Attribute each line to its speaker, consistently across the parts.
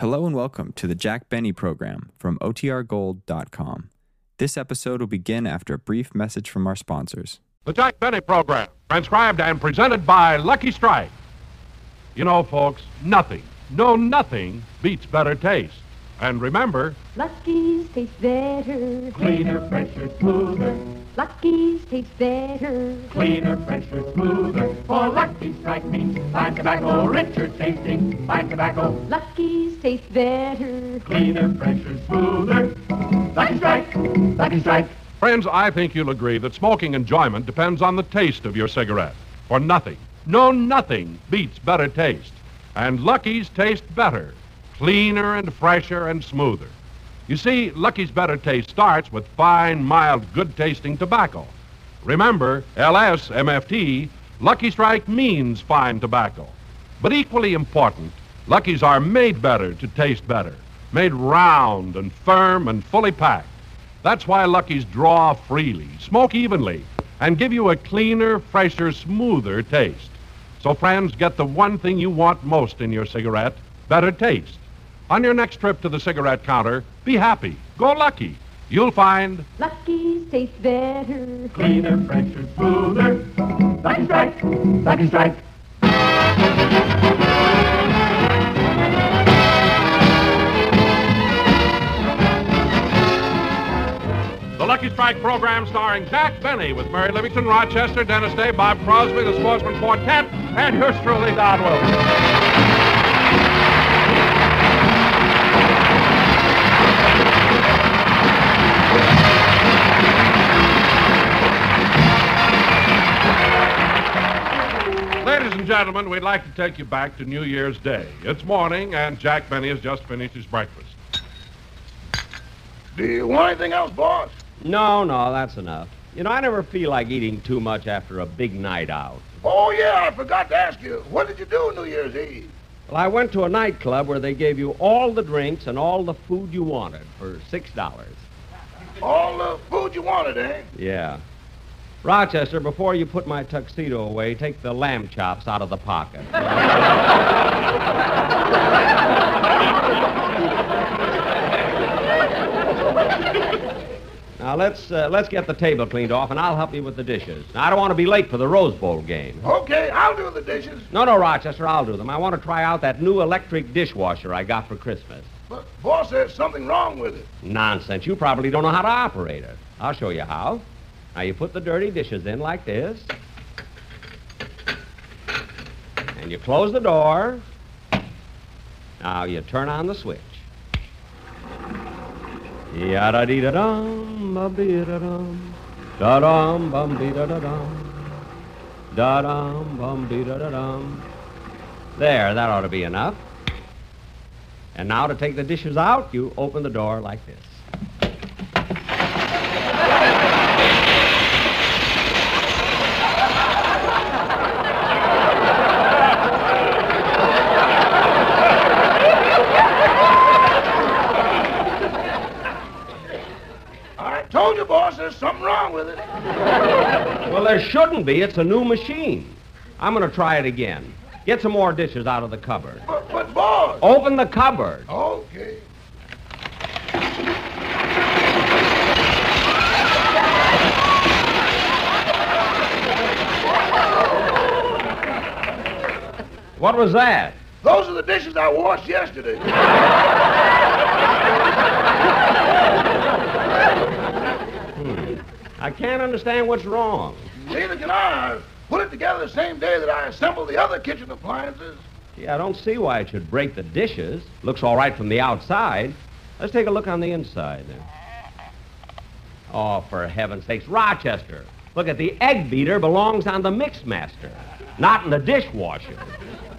Speaker 1: Hello and welcome to the Jack Benny program from OTRGold.com. This episode will begin after a brief message from our sponsors.
Speaker 2: The Jack Benny Program, transcribed and presented by Lucky Strike. You know, folks, nothing, no nothing beats better taste. And remember,
Speaker 3: Lucky's taste better.
Speaker 4: Cleaner, fresher, smoother,
Speaker 3: Lucky's taste better.
Speaker 4: cleaner, fresher, smoother. For Lucky Strike means fine tobacco, richer tasting, fine tobacco.
Speaker 3: Lucky's taste better.
Speaker 4: Cleaner, fresher, smoother. Lucky Strike, Lucky Strike.
Speaker 2: friends, I think you'll agree that smoking enjoyment depends on the taste of your cigarette. For nothing, no nothing beats better taste. And Lucky's taste better, cleaner and fresher and smoother. You see, Lucky's better taste starts with fine, mild, good tasting tobacco. Remember, LS MFT, Lucky Strike means fine tobacco. But equally important, Luckies are made better to taste better, made round and firm and fully packed. That's why Luckies draw freely, smoke evenly, and give you a cleaner, fresher, smoother taste. So, friends, get the one thing you want most in your cigarette better taste. On your next trip to the cigarette counter, be happy. Go lucky. You'll find
Speaker 3: Lucky's taste better.
Speaker 4: Cleaner, fresher, smoother. Lucky Strike, Lucky Strike.
Speaker 2: The Lucky Strike program starring Jack Benny with Mary Livingston, Rochester, Dennis Day, Bob Crosby, the Sportsman Quartet, and yours truly, Don Wilson. Ladies and gentlemen, we'd like to take you back to New Year's Day. It's morning, and Jack Benny has just finished his breakfast.
Speaker 5: Do you want anything else, boss?
Speaker 6: No, no, that's enough. You know, I never feel like eating too much after a big night out.
Speaker 5: Oh, yeah, I forgot to ask you. What did you do New Year's Eve?
Speaker 6: Well, I went to a nightclub where they gave you all the drinks and all the food you wanted for six dollars.
Speaker 5: All the food you wanted, eh?
Speaker 6: Yeah. Rochester, before you put my tuxedo away, take the lamb chops out of the pocket. now let's uh, let's get the table cleaned off, and I'll help you with the dishes. Now, I don't want to be late for the Rose Bowl game.
Speaker 5: Okay, I'll do the dishes.
Speaker 6: No, no, Rochester, I'll do them. I want to try out that new electric dishwasher I got for Christmas.
Speaker 5: But, boss, there's something wrong with it.
Speaker 6: Nonsense. You probably don't know how to operate it. I'll show you how. Now, you put the dirty dishes in like this. And you close the door. Now, you turn on the switch. Yada dee da dum, ba dee da dum. Da dum, bum dee da da dum. Da dum, bum dee da da dum. There, that ought to be enough. And now to take the dishes out, you open the door like this.
Speaker 5: I told you, boss, there's something wrong with it.
Speaker 6: Well, there shouldn't be. It's a new machine. I'm going to try it again. Get some more dishes out of the cupboard.
Speaker 5: But, but boss.
Speaker 6: Open the cupboard.
Speaker 5: Okay.
Speaker 6: What was that?
Speaker 5: Those are the dishes I washed yesterday.
Speaker 6: Hmm. I can't understand what's wrong.
Speaker 5: Neither can I. I Put it together the same day that I assembled the other kitchen appliances.
Speaker 6: Gee, I don't see why it should break the dishes. Looks all right from the outside. Let's take a look on the inside. Oh, for heaven's sakes, Rochester. Look at the egg beater belongs on the mix master, not in the dishwasher.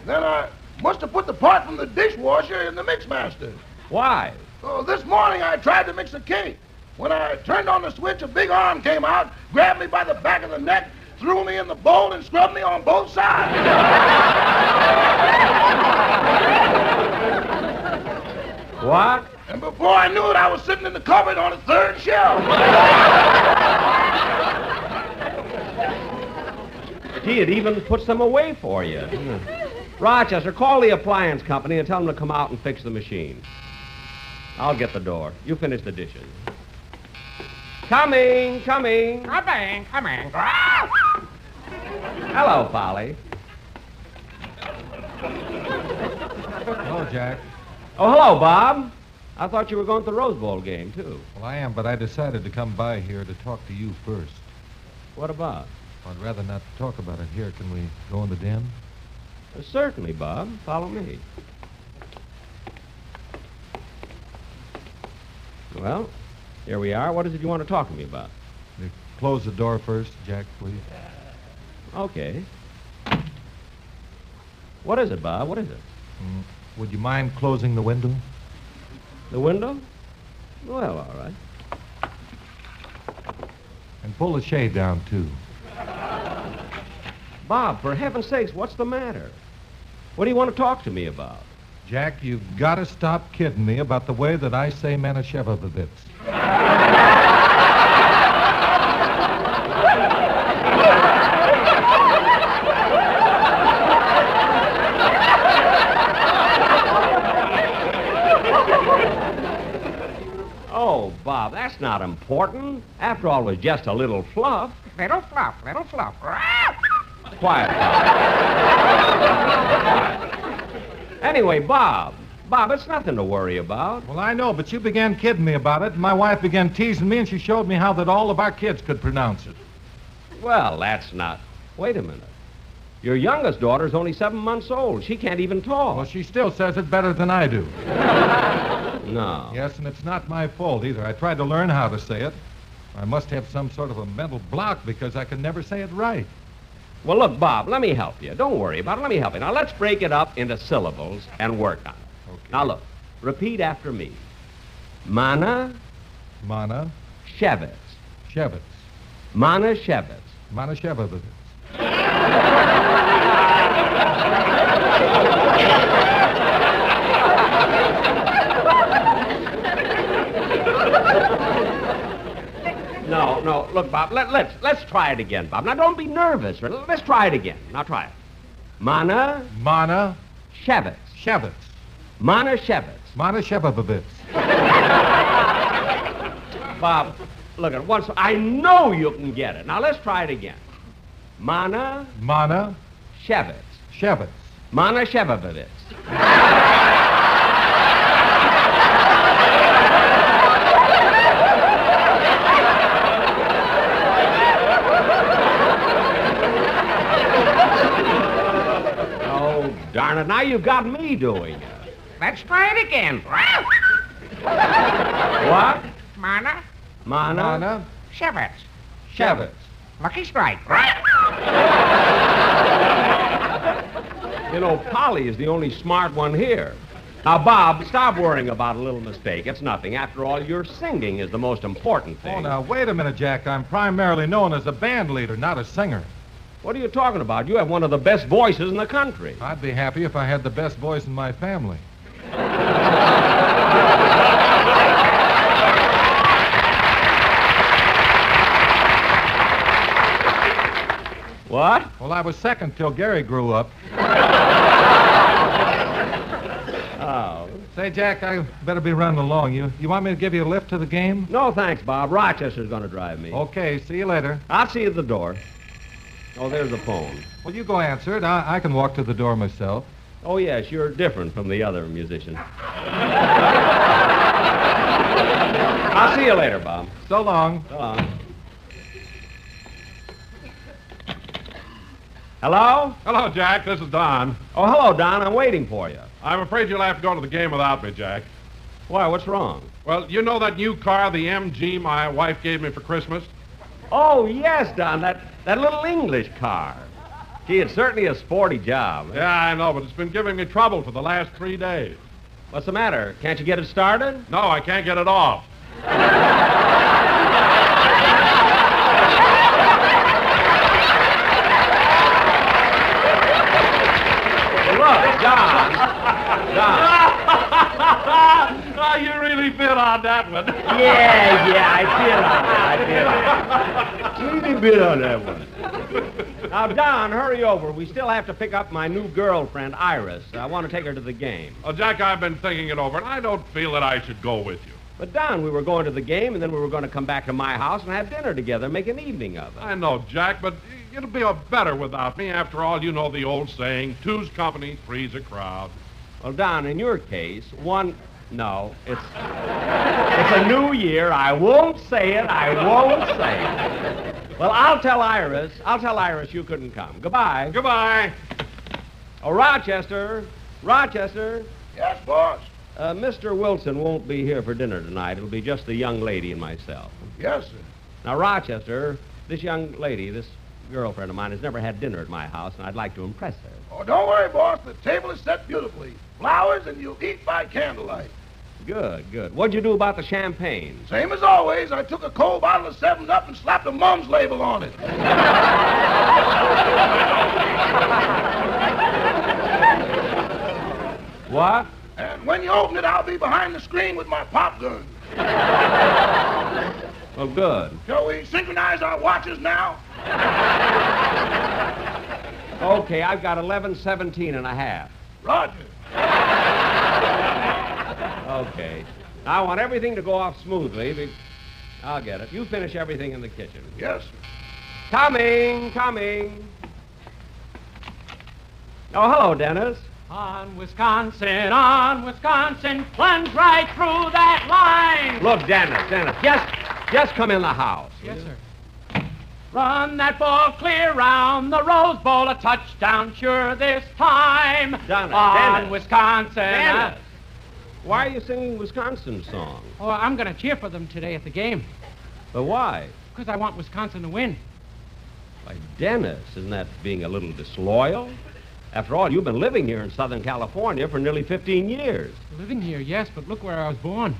Speaker 5: Then I must have put the part from the dishwasher in the mixmaster.
Speaker 6: Why?
Speaker 5: Oh, this morning I tried to mix a cake. When I turned on the switch, a big arm came out, grabbed me by the back of the neck, threw me in the bowl, and scrubbed me on both sides.
Speaker 6: What?
Speaker 5: And before I knew it, I was sitting in the cupboard on the third shelf.
Speaker 6: Gee, it even puts them away for you. Hmm. Rochester, call the appliance company and tell them to come out and fix the machine. I'll get the door. You finish the dishes. Coming, coming.
Speaker 4: Coming, coming.
Speaker 6: Hello, Polly.
Speaker 7: Hello, Jack.
Speaker 6: Oh, hello, Bob. I thought you were going to the Rose Bowl game, too.
Speaker 7: Well, I am, but I decided to come by here to talk to you first.
Speaker 6: What about?
Speaker 7: I'd rather not talk about it here. Can we go in the den?
Speaker 6: Uh, Certainly, Bob. Follow me. Well, here we are. What is it you want to talk to me about?
Speaker 7: They close the door first, Jack, please.
Speaker 6: Okay. What is it, Bob? What is it?
Speaker 7: Mm, Would you mind closing the window?
Speaker 6: The window? Well, all right.
Speaker 7: And pull the shade down, too.
Speaker 6: Bob, for heaven's sakes, what's the matter? What do you want to talk to me about?
Speaker 7: Jack, you've got to stop kidding me about the way that I say Manischewitz.
Speaker 6: Oh, Bob, that's not important. After all, it was just a little fluff.
Speaker 4: Little fluff, little fluff.
Speaker 6: Quiet, Bob. anyway, Bob, Bob, it's nothing to worry about.
Speaker 7: Well, I know, but you began kidding me about it. and My wife began teasing me, and she showed me how that all of our kids could pronounce it.
Speaker 6: Well, that's not. Wait a minute. Your youngest daughter's only seven months old. She can't even talk.
Speaker 7: Well, she still says it better than I do.
Speaker 6: No.
Speaker 7: Yes, and it's not my fault either. I tried to learn how to say it. I must have some sort of a mental block because I can never say it right.
Speaker 6: Well, look, Bob, let me help you. Don't worry about it. Let me help you. Now, let's break it up into syllables and work on it.
Speaker 7: Okay.
Speaker 6: Now, look. Repeat after me. Mana
Speaker 7: Mana
Speaker 6: Shevitz.
Speaker 7: Shevitz.
Speaker 6: Mana Shevitz.
Speaker 7: Mana Shevitz.
Speaker 6: No, no. Look, Bob, let, let's, let's try it again, Bob. Now, don't be nervous. or- Let's try it again. Now, try it. Mana
Speaker 7: Mana
Speaker 6: Shevitz.
Speaker 7: Shevitz.
Speaker 6: Mana Shevitz.
Speaker 7: Mana Shevitz.
Speaker 6: Bob, look at once. I know you can get it. Now, let's try it again. Mana
Speaker 7: Mana
Speaker 6: Shevitz.
Speaker 7: Shevitz.
Speaker 6: Mana Shevitz. Oh, darn it. Now you've got me doing it.
Speaker 4: Let's try it again.
Speaker 6: What?
Speaker 4: Mana,
Speaker 6: Mana?
Speaker 7: Mana
Speaker 4: Shevitz.
Speaker 7: Shevitz.
Speaker 4: Lucky strike.
Speaker 6: You know, Polly is the only smart one here. Now, Bob, stop worrying about a little mistake. It's nothing. After all, your singing is the most important thing.
Speaker 7: Oh, now, wait a minute, Jack. I'm primarily known as a band leader, not a singer.
Speaker 6: What are you talking about? You have one of the best voices in the country.
Speaker 7: I'd be happy if I had the best voice in my family.
Speaker 6: What?
Speaker 7: Well, I was second till Gary grew up.
Speaker 6: Oh.
Speaker 7: Say, Jack, I better be running along. You, you want me to give you a lift to the game?
Speaker 6: No, thanks, Bob. Rochester's going to drive me.
Speaker 7: Okay, see you later.
Speaker 6: I'll see you at the door. Oh, there's the phone.
Speaker 7: Well, you go answer it. I, I can walk to the door myself.
Speaker 6: Oh, yes, you're different from the other musicians. I'll see you later, Bob.
Speaker 7: So long.
Speaker 6: So long. Hello?
Speaker 2: Hello, Jack. This is Don.
Speaker 6: Oh, hello, Don. I'm waiting for you.
Speaker 2: I'm afraid you'll have to go to the game without me, Jack.
Speaker 6: Why, what's wrong?
Speaker 2: Well, you know that new car, the MG, my wife gave me for Christmas?
Speaker 6: Oh, yes, Don, that, that little English car. Gee, it's certainly a sporty job.
Speaker 2: Yeah, I know, but it's been giving me trouble for the last three days.
Speaker 6: What's the matter? Can't you get it started?
Speaker 2: No, I can't get it off.
Speaker 6: Look, Don.
Speaker 2: Ah, you really bit on that one.
Speaker 6: Yeah, yeah, I did on that. I did on that. Really bit on that one. Now, Don, hurry over. We still have to pick up my new girlfriend, Iris. I want to take her to the game.
Speaker 2: Uh, Jack, I've been thinking it over, and I don't feel that I should go with you.
Speaker 6: But, Don, we were going to the game, and then we were going to come back to my house and have dinner together, make an evening of it.
Speaker 2: I know, Jack, but it'll be a better without me. After all, you know the old saying, two's company, three's a crowd.
Speaker 6: Well, Don, in your case, one. No, it's. It's a new year. I won't say it. I won't say it. Well, I'll tell Iris. I'll tell Iris you couldn't come. Goodbye.
Speaker 2: Goodbye.
Speaker 6: Oh, Rochester. Rochester.
Speaker 5: Yes, boss.
Speaker 6: Uh, Mr. Wilson won't be here for dinner tonight. It'll be just the young lady and myself.
Speaker 5: Yes, sir.
Speaker 6: Now, Rochester, this young lady, this girlfriend of mine, has never had dinner at my house, and I'd like to impress her.
Speaker 5: Oh, don't worry, boss. The table is set beautifully. Flowers, and you'll eat by candlelight.
Speaker 6: Good, good. What'd you do about the champagne?
Speaker 5: Same as always, I took a cold bottle of 7 Up and slapped a mum's label on it.
Speaker 6: What?
Speaker 5: And when you open it, I'll be behind the screen with my pop gun.
Speaker 6: Well, good.
Speaker 5: Shall we synchronize our watches now?
Speaker 6: Okay, I've got 11, 17 and a half.
Speaker 5: Roger.
Speaker 6: Okay. I want everything to go off smoothly. Be- I'll get it. You finish everything in the kitchen.
Speaker 5: Yes, sir.
Speaker 6: Coming, coming. Oh, hello, Dennis.
Speaker 4: On Wisconsin, on Wisconsin, plunge right through that line.
Speaker 6: Look, Dennis, Dennis, just, just come in the house.
Speaker 4: Yes, sir. Run that ball clear round the Rose Bowl, a touchdown sure this time.
Speaker 6: Dennis,
Speaker 4: on
Speaker 6: Dennis.
Speaker 4: Wisconsin.
Speaker 6: Dennis. Why are you singing Wisconsin songs?
Speaker 4: Oh, I'm going to cheer for them today at the game
Speaker 6: But why?
Speaker 4: because I want Wisconsin to win.
Speaker 6: Why, Dennis, isn't that being a little disloyal? After all, you've been living here in Southern California for nearly 15 years.
Speaker 4: Living here, yes, but look where I was born.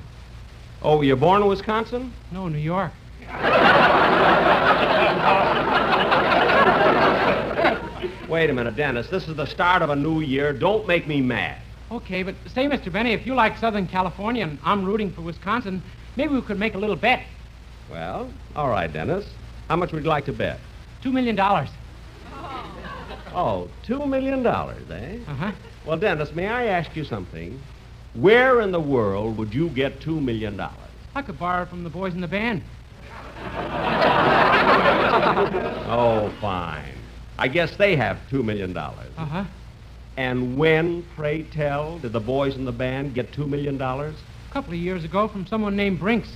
Speaker 6: Oh, you're born in Wisconsin?
Speaker 4: No, New York.
Speaker 6: Wait a minute, Dennis. This is the start of a new year. Don't make me mad.
Speaker 4: Okay, but say, Mr. Benny, if you like Southern California and I'm rooting for Wisconsin, maybe we could make a little bet.
Speaker 6: Well, all right, Dennis. How much would you like to bet?
Speaker 4: Two million dollars.
Speaker 6: Oh, two million dollars, eh?
Speaker 4: Uh-huh.
Speaker 6: Well, Dennis, may I ask you something? Where in the world would you get two million dollars?
Speaker 4: I could borrow it from the boys in the band.
Speaker 6: Oh, fine. I guess they have two million dollars.
Speaker 4: Uh-huh.
Speaker 6: And when, pray tell, did the boys in the band get two million dollars?
Speaker 4: A couple of years ago from someone named Brinks.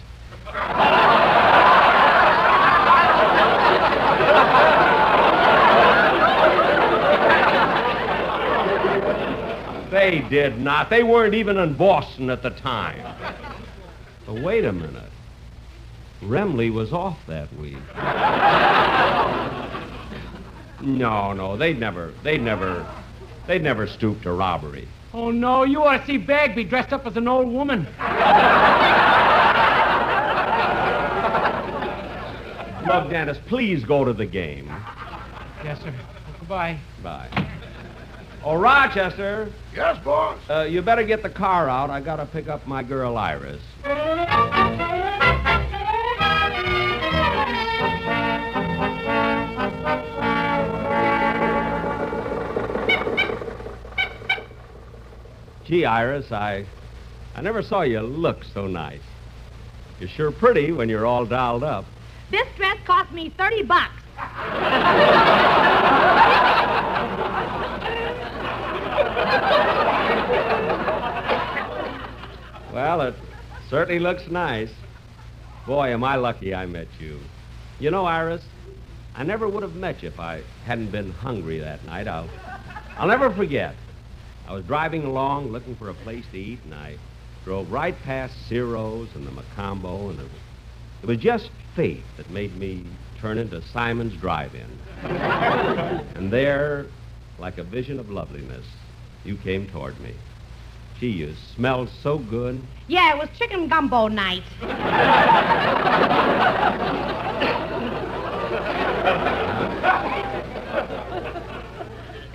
Speaker 6: They did not. They weren't even in Boston at the time. But wait a minute. Remley was off that week. No, no, they'd never, they'd never, they'd never stoop to robbery.
Speaker 4: Oh, no, you ought to see Bagby dressed up as an old woman.
Speaker 6: Look, Dennis, please go to the game.
Speaker 4: Yes, sir. Well, goodbye.
Speaker 6: Bye. Oh, Rochester,
Speaker 5: Yes, boss.
Speaker 6: uh, you better get the car out. I gotta pick up my girl Iris. Gee, Iris, I, I never saw you look so nice. You're sure pretty when you're all dolled up.
Speaker 8: This dress cost me 30 bucks.
Speaker 6: Well, it certainly looks nice. Boy, am I lucky I met you. You know, Iris, I never would have met you if I hadn't been hungry that night. I'll, I'll never forget. I was driving along looking for a place to eat, and I drove right past Ciro's and the Macombo, and it was, it was just fate that made me turn into Simon's Drive-In. and there, like a vision of loveliness, you came toward me. Gee, you smelled so good.
Speaker 8: Yeah, it was chicken gumbo night.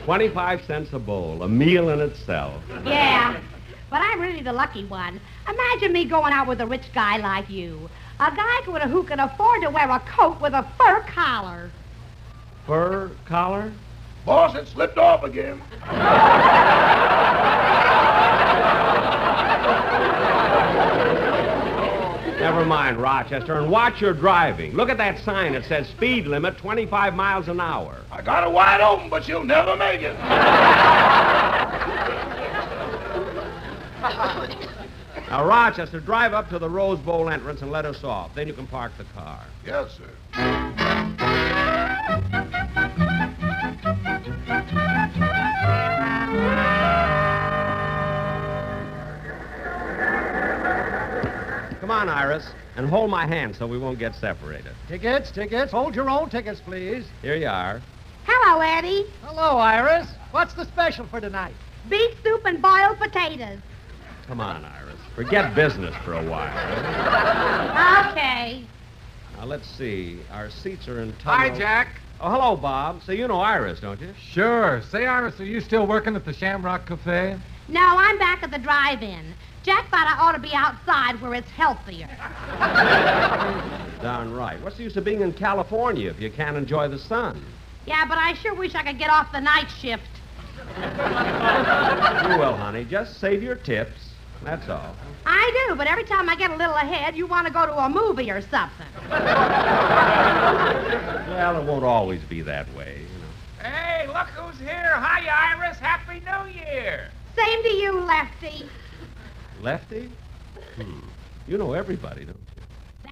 Speaker 6: Twenty-five cents a bowl, a meal in itself.
Speaker 8: Yeah. But I'm really the lucky one. Imagine me going out with a rich guy like you. A guy who- who can afford to wear a coat with a fur collar.
Speaker 6: Fur collar?
Speaker 5: Boss, it slipped off again.
Speaker 6: Never mind, Rochester, and watch your driving. Look at that sign that says speed limit 25 miles an hour.
Speaker 5: I got it wide open, but you'll never make it.
Speaker 6: Now, Rochester, drive up to the Rose Bowl entrance and let us off. Then you can park the car.
Speaker 5: Yes, sir.
Speaker 6: Come on, Iris, and hold my hand so we won't get separated.
Speaker 9: Tickets, tickets. Hold your own tickets, please.
Speaker 6: Here you are.
Speaker 8: Hello, Eddie.
Speaker 9: Hello, Iris. What's the special for tonight?
Speaker 8: Beef soup and boiled potatoes.
Speaker 6: Come on, Iris. Forget business for a while.
Speaker 8: Okay.
Speaker 6: Now, let's see. Our seats are in tunnel... Oh, hello, Bob. So you know Iris, don't you?
Speaker 7: Sure. Say, Iris, are you still working at the Shamrock Cafe?
Speaker 8: No, I'm back at the drive-in. Jack thought I ought to be outside where it's healthier.
Speaker 6: Darn right. What's the use of being in California if you can't enjoy the sun?
Speaker 8: Yeah, but I sure wish I could get off the night shift.
Speaker 6: You will, honey. Just save your tips. That's all.
Speaker 8: I do, but every time I get a little ahead, you want to go to a movie or something.
Speaker 6: Well, it won't always be that way, you know.
Speaker 10: Hey, look who's here. Hi, Iris. Happy New Year.
Speaker 8: Same to you, Lefty.
Speaker 6: Lefty? Hmm. You know everybody, don't you?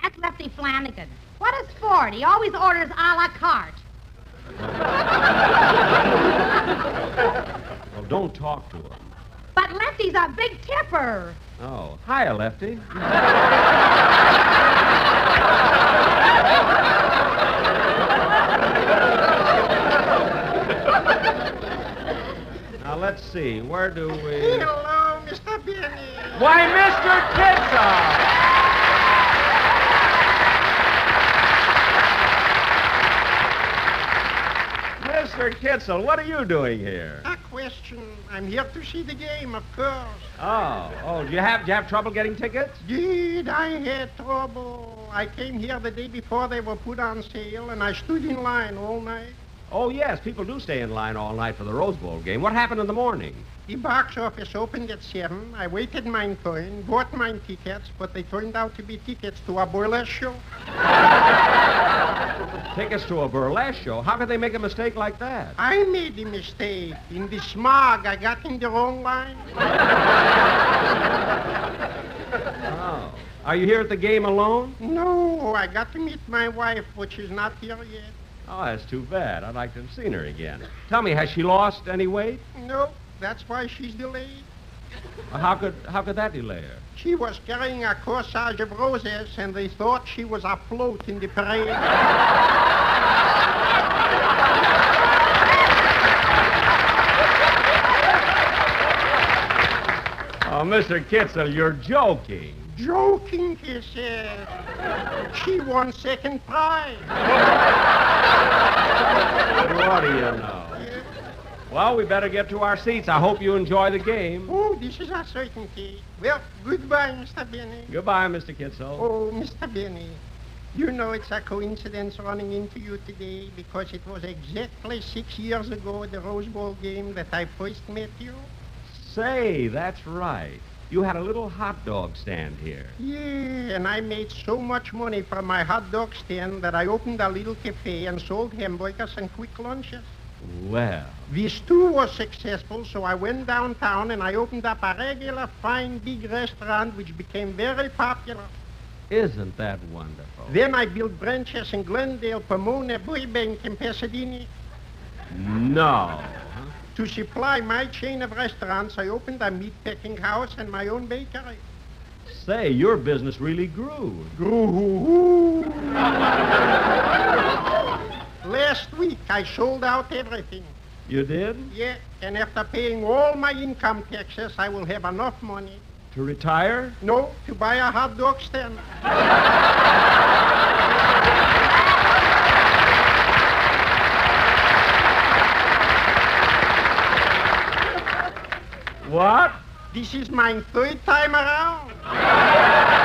Speaker 8: That's Lefty Flanagan. What a sport. He always orders a la carte.
Speaker 6: Well, Oh, don't talk to him.
Speaker 8: But Lefty's a big tipper.
Speaker 6: Oh, hiya, Lefty. now, let's see. Where do we...
Speaker 10: Hello, Mr. Benny.
Speaker 6: Why, Mr. Kitson! Mr. Kitzel, what are you doing here?
Speaker 10: A question. I'm here to see the game, of course.
Speaker 6: Oh, oh, do you have do you have trouble getting tickets?
Speaker 10: Did I had trouble? I came here the day before they were put on sale, and I stood in line all night.
Speaker 6: Oh yes, people do stay in line all night for the Rose Bowl game. What happened in the morning?
Speaker 10: The box office opened at 7. I waited mine turn, bought mine tickets, but they turned out to be tickets to a burlesque show.
Speaker 6: Tickets to a burlesque show? How could they make a mistake like that?
Speaker 10: I made a mistake. In the smog, I got in the wrong line.
Speaker 6: Oh. Are you here at the game alone?
Speaker 10: No, I got to meet my wife, which is not here yet.
Speaker 6: Oh, that's too bad. I'd like to have seen her again. Tell me, has she lost any weight?
Speaker 10: No, that's why she's delayed.
Speaker 6: How could how could that delay her?
Speaker 10: She was carrying a corsage of roses, and they thought she was afloat in the parade.
Speaker 6: Oh, Mr. Kitzel, you're joking.
Speaker 10: Joking, he said. She won second prize.
Speaker 6: What do you know? Well, we better get to our seats. I hope you enjoy the game.
Speaker 10: Oh, this is a certainty. Well, goodbye, Mr. Benny.
Speaker 6: Goodbye, Mr. Kitzel.
Speaker 10: Oh, Mr. Benny, you know it's a coincidence running into you today because it was exactly six years ago at the Rose Bowl game that I first met you.
Speaker 6: Say, that's right. You had a little hot dog stand here.
Speaker 10: Yeah, and I made so much money from my hot dog stand that I opened a little cafe and sold hamburgers and quick lunches.
Speaker 6: Well,
Speaker 10: This too was successful, so I went downtown and I opened up a regular fine big restaurant which became very popular.
Speaker 6: isn't that wonderful?
Speaker 10: Then I built branches in Glendale, Pomona, Burbank, and Pasadena.
Speaker 6: No.
Speaker 10: To supply my chain of restaurants, I opened a meatpacking house and my own bakery.
Speaker 6: Say, your business really grew.
Speaker 10: Last week, I sold out everything.
Speaker 6: You did?
Speaker 10: Yeah, and after paying all my income taxes, I will have enough money.
Speaker 6: To retire?
Speaker 10: No, to buy a hot dog stand.
Speaker 6: What?
Speaker 10: This is my third time around.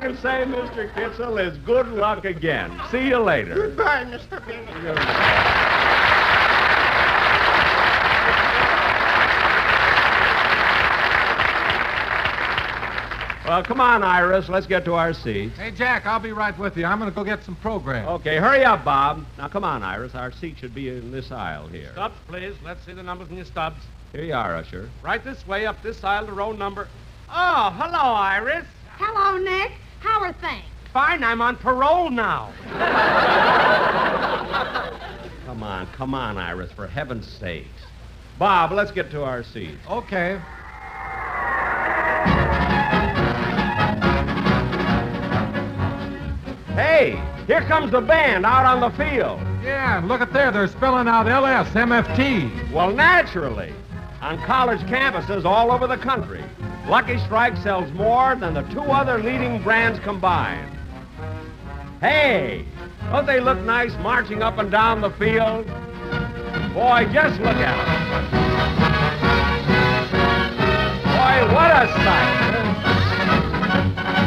Speaker 6: can say, Mr. Kitzel, is good luck again. See you later.
Speaker 11: Goodbye, Mr. Bennett.
Speaker 6: Well, come on, Iris. Let's get to our seats.
Speaker 7: Hey, Jack, I'll be right with you. I'm going to go get some program.
Speaker 6: Okay, hurry up, Bob. Now, come on, Iris. Our seat should be in this aisle here.
Speaker 4: Stubs, please. Let's see the numbers in your stubs.
Speaker 6: Here you are, Usher.
Speaker 4: Right this way, up this aisle to row number.
Speaker 12: Oh, hello, Iris.
Speaker 8: Hello, Nick. How are things?
Speaker 12: Fine, I'm on parole now.
Speaker 6: Come on, come on, Iris, for heaven's sakes. Bob, let's get to our seats.
Speaker 7: Okay.
Speaker 6: Hey, here comes the band out on the field.
Speaker 7: Yeah, and look at there. They're spelling out LS, MFT.
Speaker 6: Well, naturally. On college campuses all over the country, Lucky Strike sells more than the two other leading brands combined. Hey, don't they look nice marching up and down the field? Boy, just look at them. Boy, what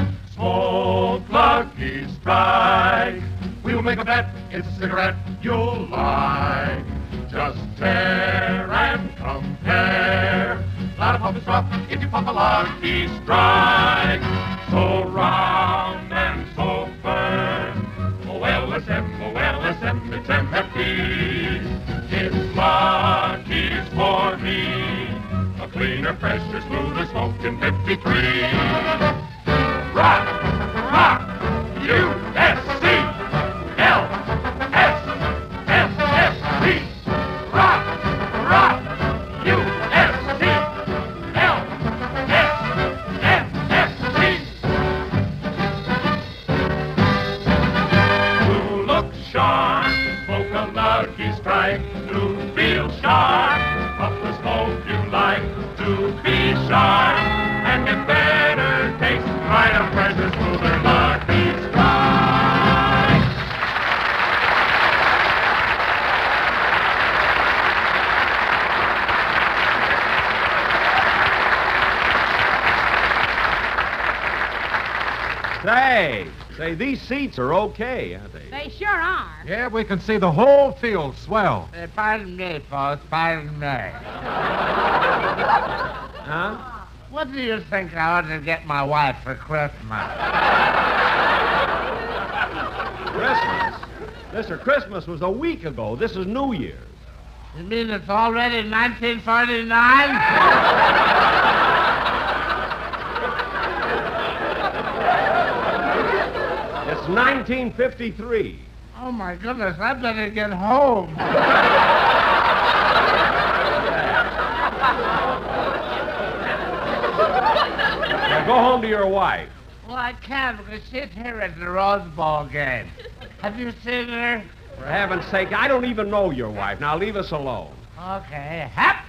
Speaker 6: a sight.
Speaker 13: Smoke Lucky Strike. We will make a bet. It's a cigarette you'll like. Just tear and compare. Lot of puff is rough if you pop a Lucky Strike. So round and so firm. Oh, LSM, oh, LSM, it's MFP. It's Lucky for me. A cleaner, fresher, smoother smoke in 53. Rock, rock, USC, L, S, S, S, C. Rock, rock, USC, L, S, S, S, C. To look sharp, smoke a lucky strike. To feel sharp, puff the smoke you like. To be sharp, and get better taste. Try a fresher, smoother lucky strike.
Speaker 6: Say, say, these seats are okay, aren't they?
Speaker 8: They sure are.
Speaker 7: Yeah, we can see the whole field swell.
Speaker 14: Uh, pardon me, folks. Pardon me.
Speaker 6: huh?
Speaker 14: What do you think I ought to get my wife for Christmas?
Speaker 6: Christmas? Mister, Christmas was a week ago. This is New Year's.
Speaker 14: You mean it's already 1949?
Speaker 6: It's 1953.
Speaker 14: oh, my goodness. I better get home.
Speaker 6: Now go home to your wife.
Speaker 14: Well, I can't because she's here at the Rose Bowl game. Have you seen her?
Speaker 6: For heaven's sake, I don't even know your wife. Now leave us alone.
Speaker 14: Okay. Hap!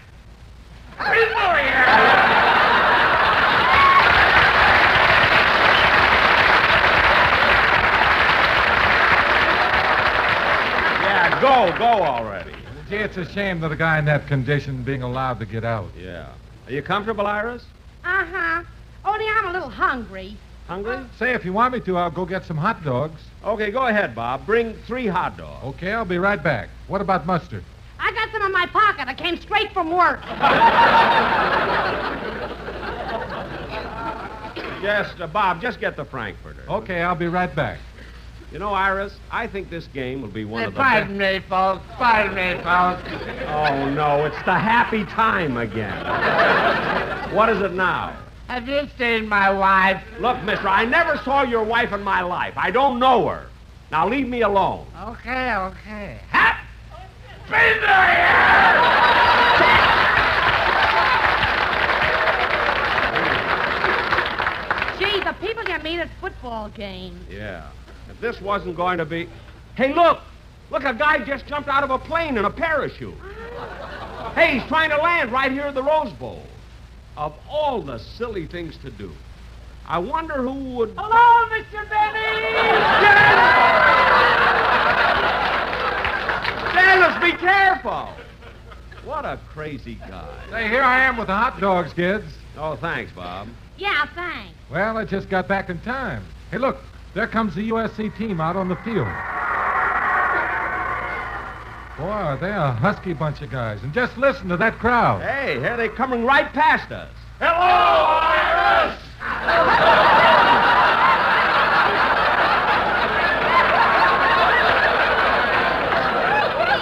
Speaker 6: Yeah, go, go already.
Speaker 7: Gee, it's a shame that a guy in that condition being allowed to get out.
Speaker 6: Yeah. Are you comfortable, Iris?
Speaker 8: Uh-huh. Only I'm a little hungry.
Speaker 6: Hungry?
Speaker 7: Uh, Say, if you want me to, I'll go get some hot dogs.
Speaker 6: Okay, go ahead, Bob. Bring three hot dogs.
Speaker 7: Okay, I'll be right back. What about mustard?
Speaker 8: I got some in my pocket. I came straight from work.
Speaker 6: Just, uh, Bob, just get the Frankfurter.
Speaker 7: Okay, I'll be right back.
Speaker 6: You know, Iris, I think this game will be one
Speaker 14: Hey,
Speaker 6: of the best.
Speaker 14: Uh, pardon me, folks. Pardon me, folks.
Speaker 6: Oh, no, it's the happy time again. what is it now?
Speaker 14: Have you seen my wife?
Speaker 6: Look, mister, I never saw your wife in my life. I don't know her. Now leave me alone.
Speaker 14: Okay, okay.
Speaker 8: Gee, the people you meet at football games.
Speaker 6: Yeah. If this wasn't going to be. Hey, look! Look, a guy just jumped out of a plane in a parachute. hey, he's trying to land right here at the Rose Bowl. Of all the silly things to do, I wonder who would.
Speaker 14: Hello, Mr. Benny!
Speaker 6: Dallas, be careful! What a crazy guy.
Speaker 7: Say, here I am with the hot dogs, kids.
Speaker 6: Oh, thanks, Bob.
Speaker 8: Yeah, thanks.
Speaker 7: Well, I just got back in time. Hey, look, there comes the USC team out on the field. Boy, are they a husky bunch of guys. And just listen to that crowd.
Speaker 6: Hey, here they coming right past us.
Speaker 13: Hello, Iris!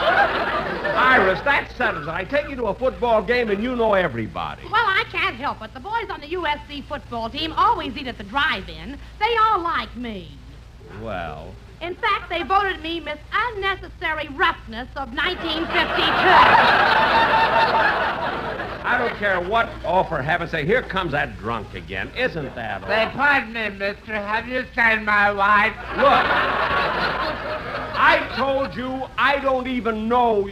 Speaker 6: Iris, that settles it. I take you to a football game and you know everybody.
Speaker 8: Well, I can't help it. The boys on the USC football team always eat at the drive-in. They all like me.
Speaker 6: Well,
Speaker 8: In fact, they voted me Miss Unnecessary Roughness of 1952.
Speaker 6: I don't care what offer heaven say. Here comes that drunk again. Isn't that
Speaker 14: Say,
Speaker 6: all?
Speaker 14: pardon me, mister. Have you seen my wife?
Speaker 6: Look. I told you I don't even know.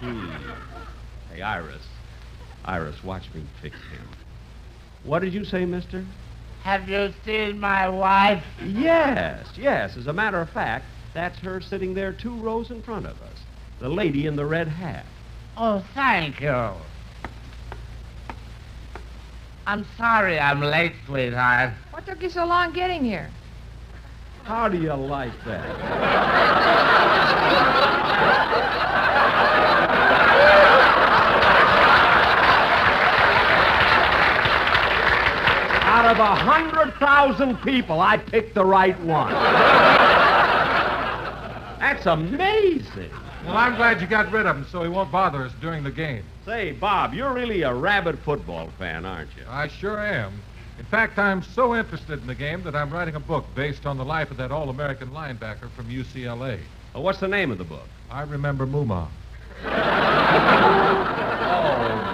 Speaker 6: Hmm. Hey, Iris. Iris, watch me fix him. What did you say, mister?
Speaker 14: Have you seen my wife?
Speaker 6: Yes, yes. As a matter of fact, that's her sitting there two rows in front of us. The lady in the red hat.
Speaker 14: Oh, thank you. I'm sorry I'm late, sweetheart.
Speaker 15: What took you so long getting here?
Speaker 6: How do you like that? Out of a hundred thousand people, I picked the right one. That's amazing.
Speaker 7: Well, I'm glad you got rid of him so he won't bother us during the game.
Speaker 6: Say, Bob, you're really a rabid football fan, aren't you?
Speaker 7: I sure am. In fact, I'm so interested in the game that I'm writing a book based on the life of that All American linebacker from UCLA.
Speaker 6: Uh, what's the name of the book?
Speaker 7: I remember Muma.
Speaker 6: Oh,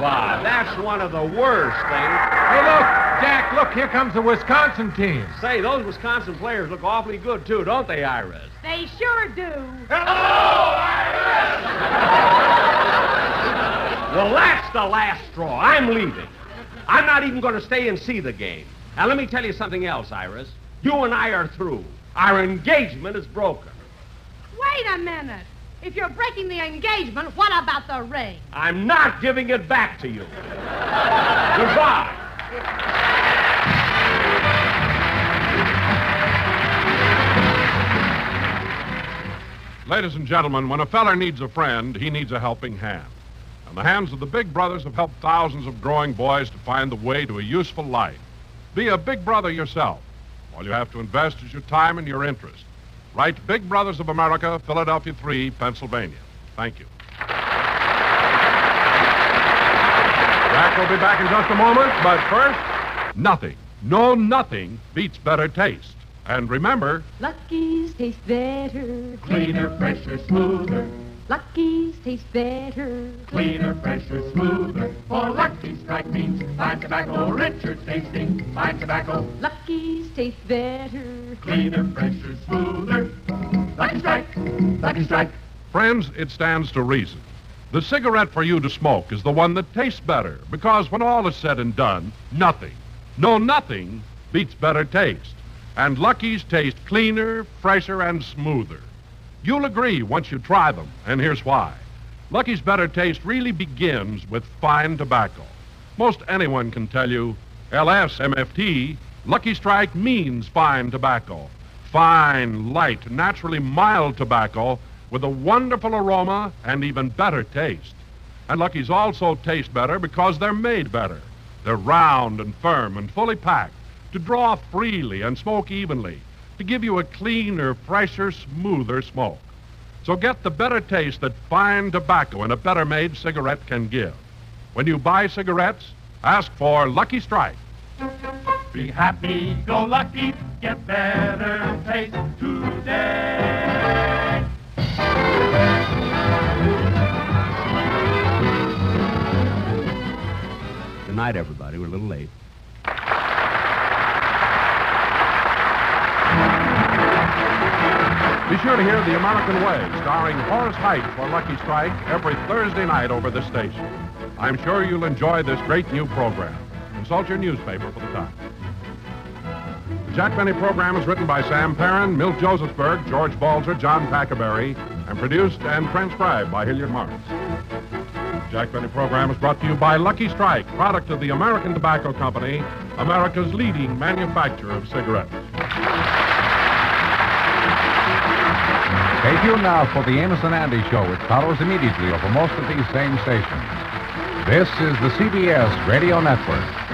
Speaker 6: Bob, that's one of the worst things.
Speaker 7: Hey, look, Jack, look, here comes the Wisconsin team.
Speaker 6: Say, those Wisconsin players look awfully good, too, don't they, Iris?
Speaker 8: They sure do.
Speaker 6: Well, that's the last straw. I'm leaving. I'm not even going to stay and see the game. Now, let me tell you something else, Iris. You and I are through. Our engagement is broken.
Speaker 8: Wait a minute. If you're breaking the engagement, what about the ring?
Speaker 6: I'm not giving it back to you. Goodbye.
Speaker 2: Ladies and gentlemen, when a feller needs a friend, he needs a helping hand. And the hands of the Big Brothers have helped thousands of growing boys to find the way to a useful life. Be a Big Brother yourself. All you have to invest is your time and your interest. Write Big Brothers of America, Philadelphia 3, Pennsylvania. Thank you. Jack will be back in just a moment, but first, nothing, no nothing beats better taste. And remember,
Speaker 3: Lucky's taste better.
Speaker 13: Cleaner, fresher, smoother.
Speaker 3: Lucky's taste better.
Speaker 13: Cleaner, fresher, smoother. For Lucky Strike means fine tobacco, richer tasting, fine tobacco.
Speaker 3: Lucky's taste better.
Speaker 13: Cleaner, fresher, smoother. Lucky Strike. Lucky Strike.
Speaker 2: Friends, it stands to reason. The cigarette for you to smoke is the one that tastes better because when all is said and done, nothing, no nothing, beats better taste. And Lucky's taste cleaner, fresher, and smoother. You'll agree once you try them, and here's why. Lucky's better taste really begins with fine tobacco. Most anyone can tell you LSMFT, Lucky Strike means fine tobacco. Fine, light, naturally mild tobacco with a wonderful aroma and even better taste. And Lucky's also taste better because they're made better. They're round and firm and fully packed to draw freely and smoke evenly to give you a cleaner, fresher, smoother smoke. So get the better taste that fine tobacco in a better made cigarette can give. When you buy cigarettes, ask for Lucky Strike.
Speaker 13: Be happy, go lucky, get better taste today.
Speaker 6: Good night, everybody. We're a little late.
Speaker 2: Be sure to hear The American Way, starring Horace Height for Lucky Strike, every Thursday night over this station. I'm sure you'll enjoy this great new program. Consult your newspaper for the time. The Jack Benny program is written by Sam Perrin, Milt Josephsberg, George Balzer, John Packerberry, and produced and transcribed by Hilliard Marks. The Jack Benny program is brought to you by Lucky Strike, product of the American Tobacco Company, America's leading manufacturer of cigarettes.
Speaker 7: Stay tuned now for the Amos and Andy Show, which follows immediately over most of these same stations. This is the CBS Radio Network.